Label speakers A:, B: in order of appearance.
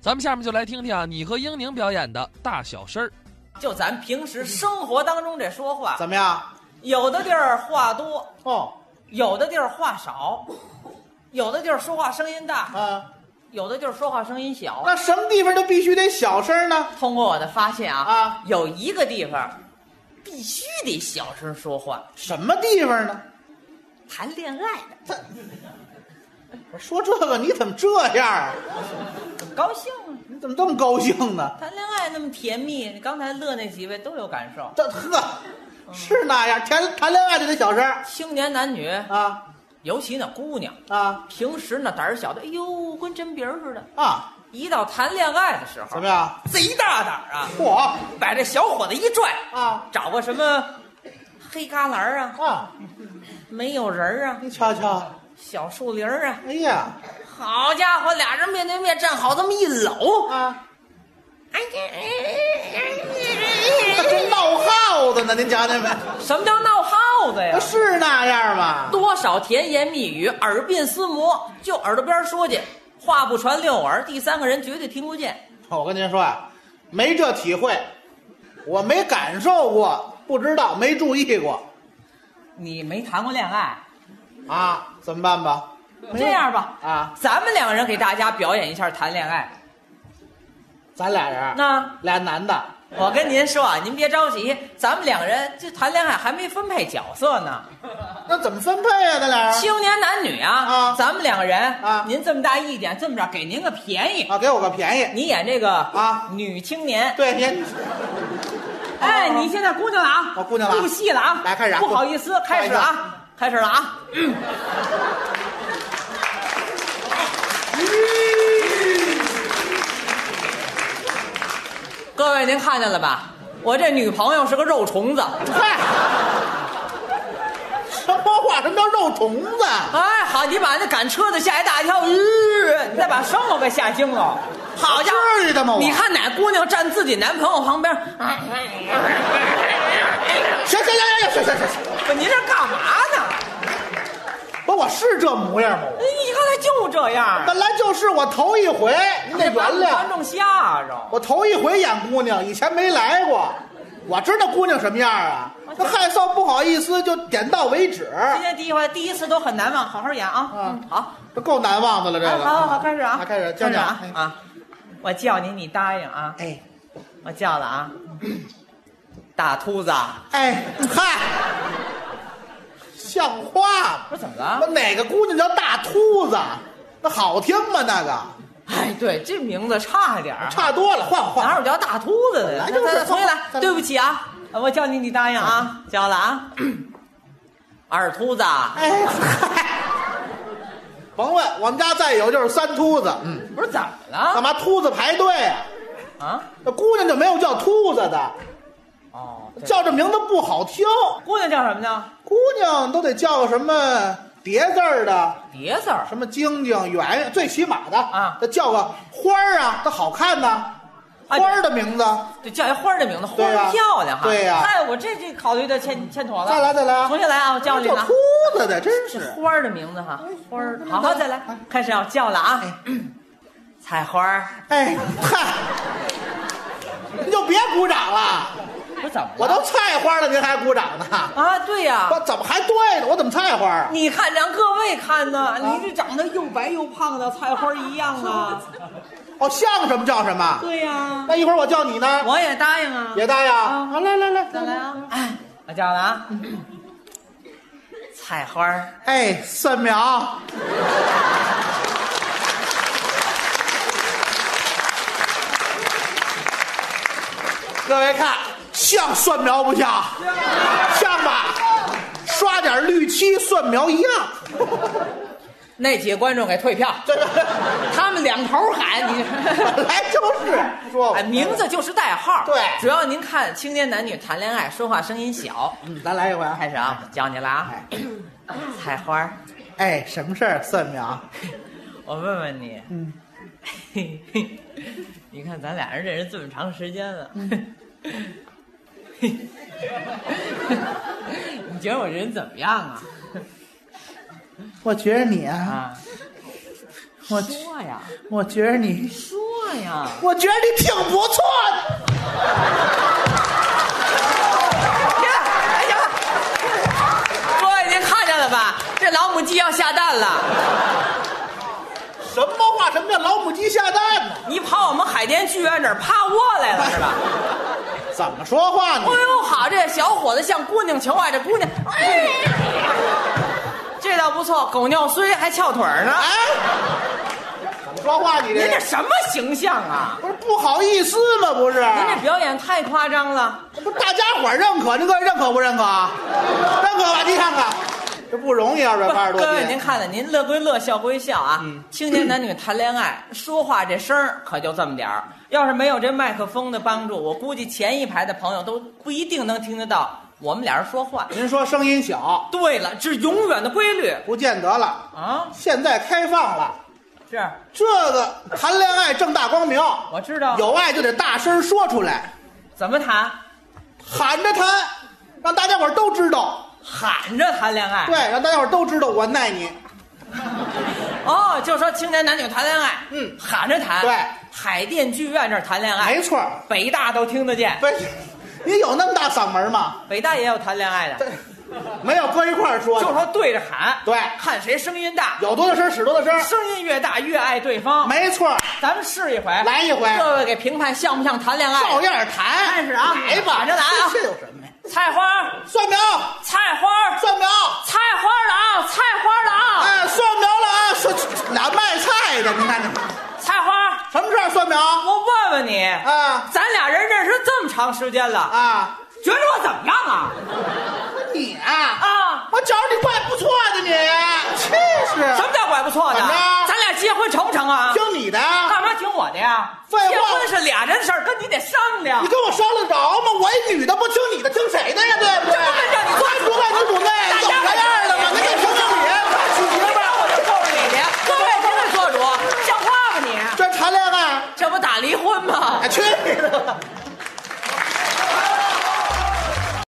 A: 咱们下面就来听听啊，你和英宁表演的大小声儿。
B: 就咱平时生活当中这说话，
C: 怎么样？
B: 有的地儿话多，
C: 哦，
B: 有的地儿话少，有的地儿说话声音大，
C: 啊，
B: 有的地儿说话声音小。
C: 那什么地方就必须得小声呢？
B: 通过我的发现啊，
C: 啊
B: 有一个地方必须得小声说话，
C: 什么地方呢？
B: 谈恋爱的
C: 我说这个你怎么这样啊？
B: 很高兴啊，
C: 你怎么这么高兴呢？
B: 谈恋爱那么甜蜜，你刚才乐那几位都有感受。
C: 这呵，是那样，谈谈恋爱就得小声
B: 青年男女，
C: 啊
B: 尤其那姑娘，
C: 啊
B: 平时那胆儿小的，哎呦，跟针鼻儿似的。
C: 啊！
B: 一到谈恋爱的时
C: 怎
B: 候
C: 么，样？
B: 贼大胆儿啊！
C: 嚯
B: 把这小伙子一拽，
C: 啊
B: 找个什么黑旮旯儿啊，
C: 啊！
B: 没有人儿啊，
C: 你瞧瞧，
B: 小树林儿啊，
C: 哎呀
B: 好家伙，俩人面对面站好，这么一搂，
C: 啊，
B: 哎
C: 这
B: 呀，哎
C: 真闹耗子呢！您瞧见没？
B: 什么叫闹耗子呀
C: 那？是那样吗？
B: 多少甜言蜜语，耳鬓厮磨，就耳朵边儿说去，话不传六耳，第三个人绝对听不见。
C: 我跟您说啊，没这体会，我没感受过，不知道，没注意过
B: 你没谈过恋爱，
C: 啊，怎么办吧？没有
B: 这样吧，
C: 啊，
B: 咱们两个人给大家表演一下谈恋爱。
C: 咱俩人，
B: 那
C: 俩男的，
B: 我跟您说啊，您别着急，咱们两个人这谈恋爱还没分配角色呢，
C: 那怎么分配啊？咱俩人
B: 青年男女啊，
C: 啊
B: 咱们两个人
C: 啊
B: 您这么大一点，这么着给您个便宜，
C: 啊，给我个便宜。
B: 你演这个
C: 啊
B: 女青年，
C: 对，您
B: 哎，
C: 好好
B: 你现在姑娘了啊，
C: 我姑娘了啊
B: 入戏了啊，
C: 来开始啊
B: 不好意思，开始了啊，开始了啊，各位您看见了吧？我这女朋友是个肉虫子。
C: 嗨，什么话？什么叫肉虫子？
B: 哎，好，你把那赶车的吓一大跳，呃、你再把生活给吓惊了。好家
C: 至于的吗
B: 伙，
C: 我
B: 你看哪姑娘站自己男朋友旁边？
C: 行行行行行行行行，
B: 不，您这干嘛呢？哎
C: 不，我是这模样吗？我
B: 你刚才就这样，
C: 本来就是我头一回，您得原
B: 观
C: 谅。
B: 众吓着。
C: 我头一回演姑娘，以前没来过，我知道姑娘什么样啊。那害臊不好意思，就点到为止，
B: 今天第一回，第一次都很难忘，好好演啊。嗯，好，
C: 这够难忘的了。这
B: 哎
C: 个，
B: 好好好，开始啊
C: 啊，开
B: 开
C: 始，江
B: 始
C: 江
B: 啊啊！我叫你，你答应啊，
C: 哎
B: 我叫了 啊，大秃子，
C: 哎，嗨，像话吗
B: 不？是怎么
C: 那
B: 了？
C: 哪个姑娘叫大秃子？那好听吗？那个
B: 哎，对，这名字差点儿啊
C: 差多了，换换
B: 哪
C: 换。
B: 有叫大秃子的？
C: 本来就是
B: 再重新
C: 再
B: 来，
C: 来
B: 对不起啊，我叫你，你答应啊，叫了啊。 二秃子，
C: 哎，嗨，甭问，我们家再有就是三秃子。嗯，
B: 不是怎么
C: 干
B: 了
C: 嘛秃子排队啊？
B: 啊？
C: 那姑娘就没有叫秃子的，
B: 哦，对
C: 叫这名字不好听。
B: 姑娘叫什么呢？
C: 姑娘都得叫个什么叠字儿的，
B: 别字儿
C: 什么晶晶、圆圆，最起码的
B: 啊
C: 她叫个花儿啊，她好看呐、
B: 哎
C: 花儿的名字。
B: 就叫一花儿的名字，花
C: 对
B: 儿
C: 呀
B: 漂亮哈。
C: 对呀嗯
B: 哎，我这这考虑的欠欠妥了。
C: 再来再来啊
B: 重新来啊，我叫你
C: 叫
B: 啊
C: 秃。子的，真是。
B: 花儿的名字哈，花儿的，好好再来
C: 哎，
B: 开始要叫了啊。采花儿，
C: 哎，嗨，您就别鼓掌了，
B: 不是怎么了？
C: 我都菜花了，您还鼓掌呢？
B: 啊，对呀，
C: 我怎么还对呢？我怎么菜花啊？
B: 你看，让各位看呢，你这长得又白又胖的，菜花一样啊。
C: 哦，像什么叫什么？
B: 对呀、
C: 那一会儿我叫你呢，
B: 我也答应啊。
C: 也答应啊。
B: 啊
C: 好，来来来，
B: 再来。啊！哎，我叫了啊。菜花儿，
C: 哎，蒜苗，各位看，像蒜苗不像？像吧？刷点绿漆，蒜苗一样。
B: 那几个观众给退票，
C: 这个
B: 他们两头喊你。
C: 本来就是说我
B: 哎，名字就是代号。
C: 哦对
B: 主要您看青年男女谈恋爱，说话声音小。
C: 嗯，咱来一回啊。
B: 开始啊，我教你了啊。 菜花儿，
C: 哎，什么事儿？蒜苗，
B: 我问问你，
C: 嗯，
B: 嘿嘿， 你看咱俩人认识这么长时间了，
C: 嗯
B: 嘿你觉得我人怎么样啊？
C: 我觉得你啊，
B: 啊，
C: 我
B: 说呀，
C: 我觉得你，
B: 说呀，
C: 我觉得你挺不错的。
B: 停！哎呀，各位您看见了吧？这老母鸡要下蛋了。
C: 什么话？什么叫老母鸡下蛋呢？
B: 你跑我们海淀剧院这儿趴窝来了是吧？
C: 怎么说话呢
B: 哎？呦，好，这小伙子像姑娘求爱，这姑娘，哎，这倒不错，狗尿虽还翘腿儿呢。
C: 哎，怎么说话？你
B: 您
C: 这
B: 这什么形象啊？
C: 不是不好意思吗？不是，
B: 您这表演太夸张了。
C: 这不是大家伙儿认可，您各位认可不认可啊？认可吧，您看看，这不容易，二百八十多嗯
B: 各位，您
C: 斤。
B: 看看，您乐归乐，笑归笑啊。青年男女谈恋爱，说话这声儿可就这么点儿。要是没有这麦克风的帮助，我估计前一排的朋友都不一定能听得到我们俩人说话。
C: 您说声音小，
B: 对了，这是永远的规律
C: 不见得了。
B: 啊！
C: 现在开放了，
B: 是，
C: 这个谈恋爱正大光明，
B: 我知道。
C: 有爱就得大声说出来，
B: 怎么谈？
C: 喊着谈，让大家伙儿都知道。
B: 喊着谈恋爱。
C: 对，让大家伙儿都知道我爱你。
B: 哦，就说青年男女谈恋爱，
C: 嗯
B: 喊着谈。
C: 对哎
B: 海淀剧院这儿谈恋爱，
C: 没错儿，
B: 北大都听得见，
C: 不是，你有那么大嗓门吗？
B: 北大也有谈恋爱的，
C: 这没有搁一块儿说
B: 就
C: 的，
B: 说对着喊，
C: 对
B: 看谁声音大，
C: 有多大声儿使多大声儿。
B: 声音越大越爱对方。
C: 没错儿，
B: 咱们试一回，
C: 来一回
B: 各位给评判像不像谈恋爱？
C: 照样谈。
B: 开始啊
C: 来吧，
B: 反着来啊
C: 这有什么呀？
B: 菜花，
C: 蒜苗，
B: 菜花，
C: 蒜苗，
B: 菜花了啊，菜花了啊，
C: 哎，蒜苗了啊！蒜俩卖菜的，您看看，
B: 菜花。
C: 什么事儿？蒜苗
B: 我问问你，
C: 啊
B: 咱俩人认识这么长时间了，
C: 啊！
B: 觉着我怎么样啊？
C: 你啊，
B: 啊，
C: 我觉着你怪不错的，你气
B: 什
C: 势。
B: 么叫拐不错的？
C: 怎么着
B: 咱俩结婚成不成啊？
C: 听你的，
B: 干嘛听我的呀？
C: 废话
B: 结婚是俩人事儿，跟你得商量
C: 你。跟我商量着吗？我一女的不听你的，听谁的呀？对不对？
B: 这不是让你做
C: 看不看你主内
B: 大
C: 懂
B: 家
C: 啥哎样的吗？那得听听你，快娶媳妇儿。
B: 我就够你的，各位您得做主，像话吗你？
C: 这谈恋爱，
B: 这不打离婚吗？
C: 哎，去你的吧！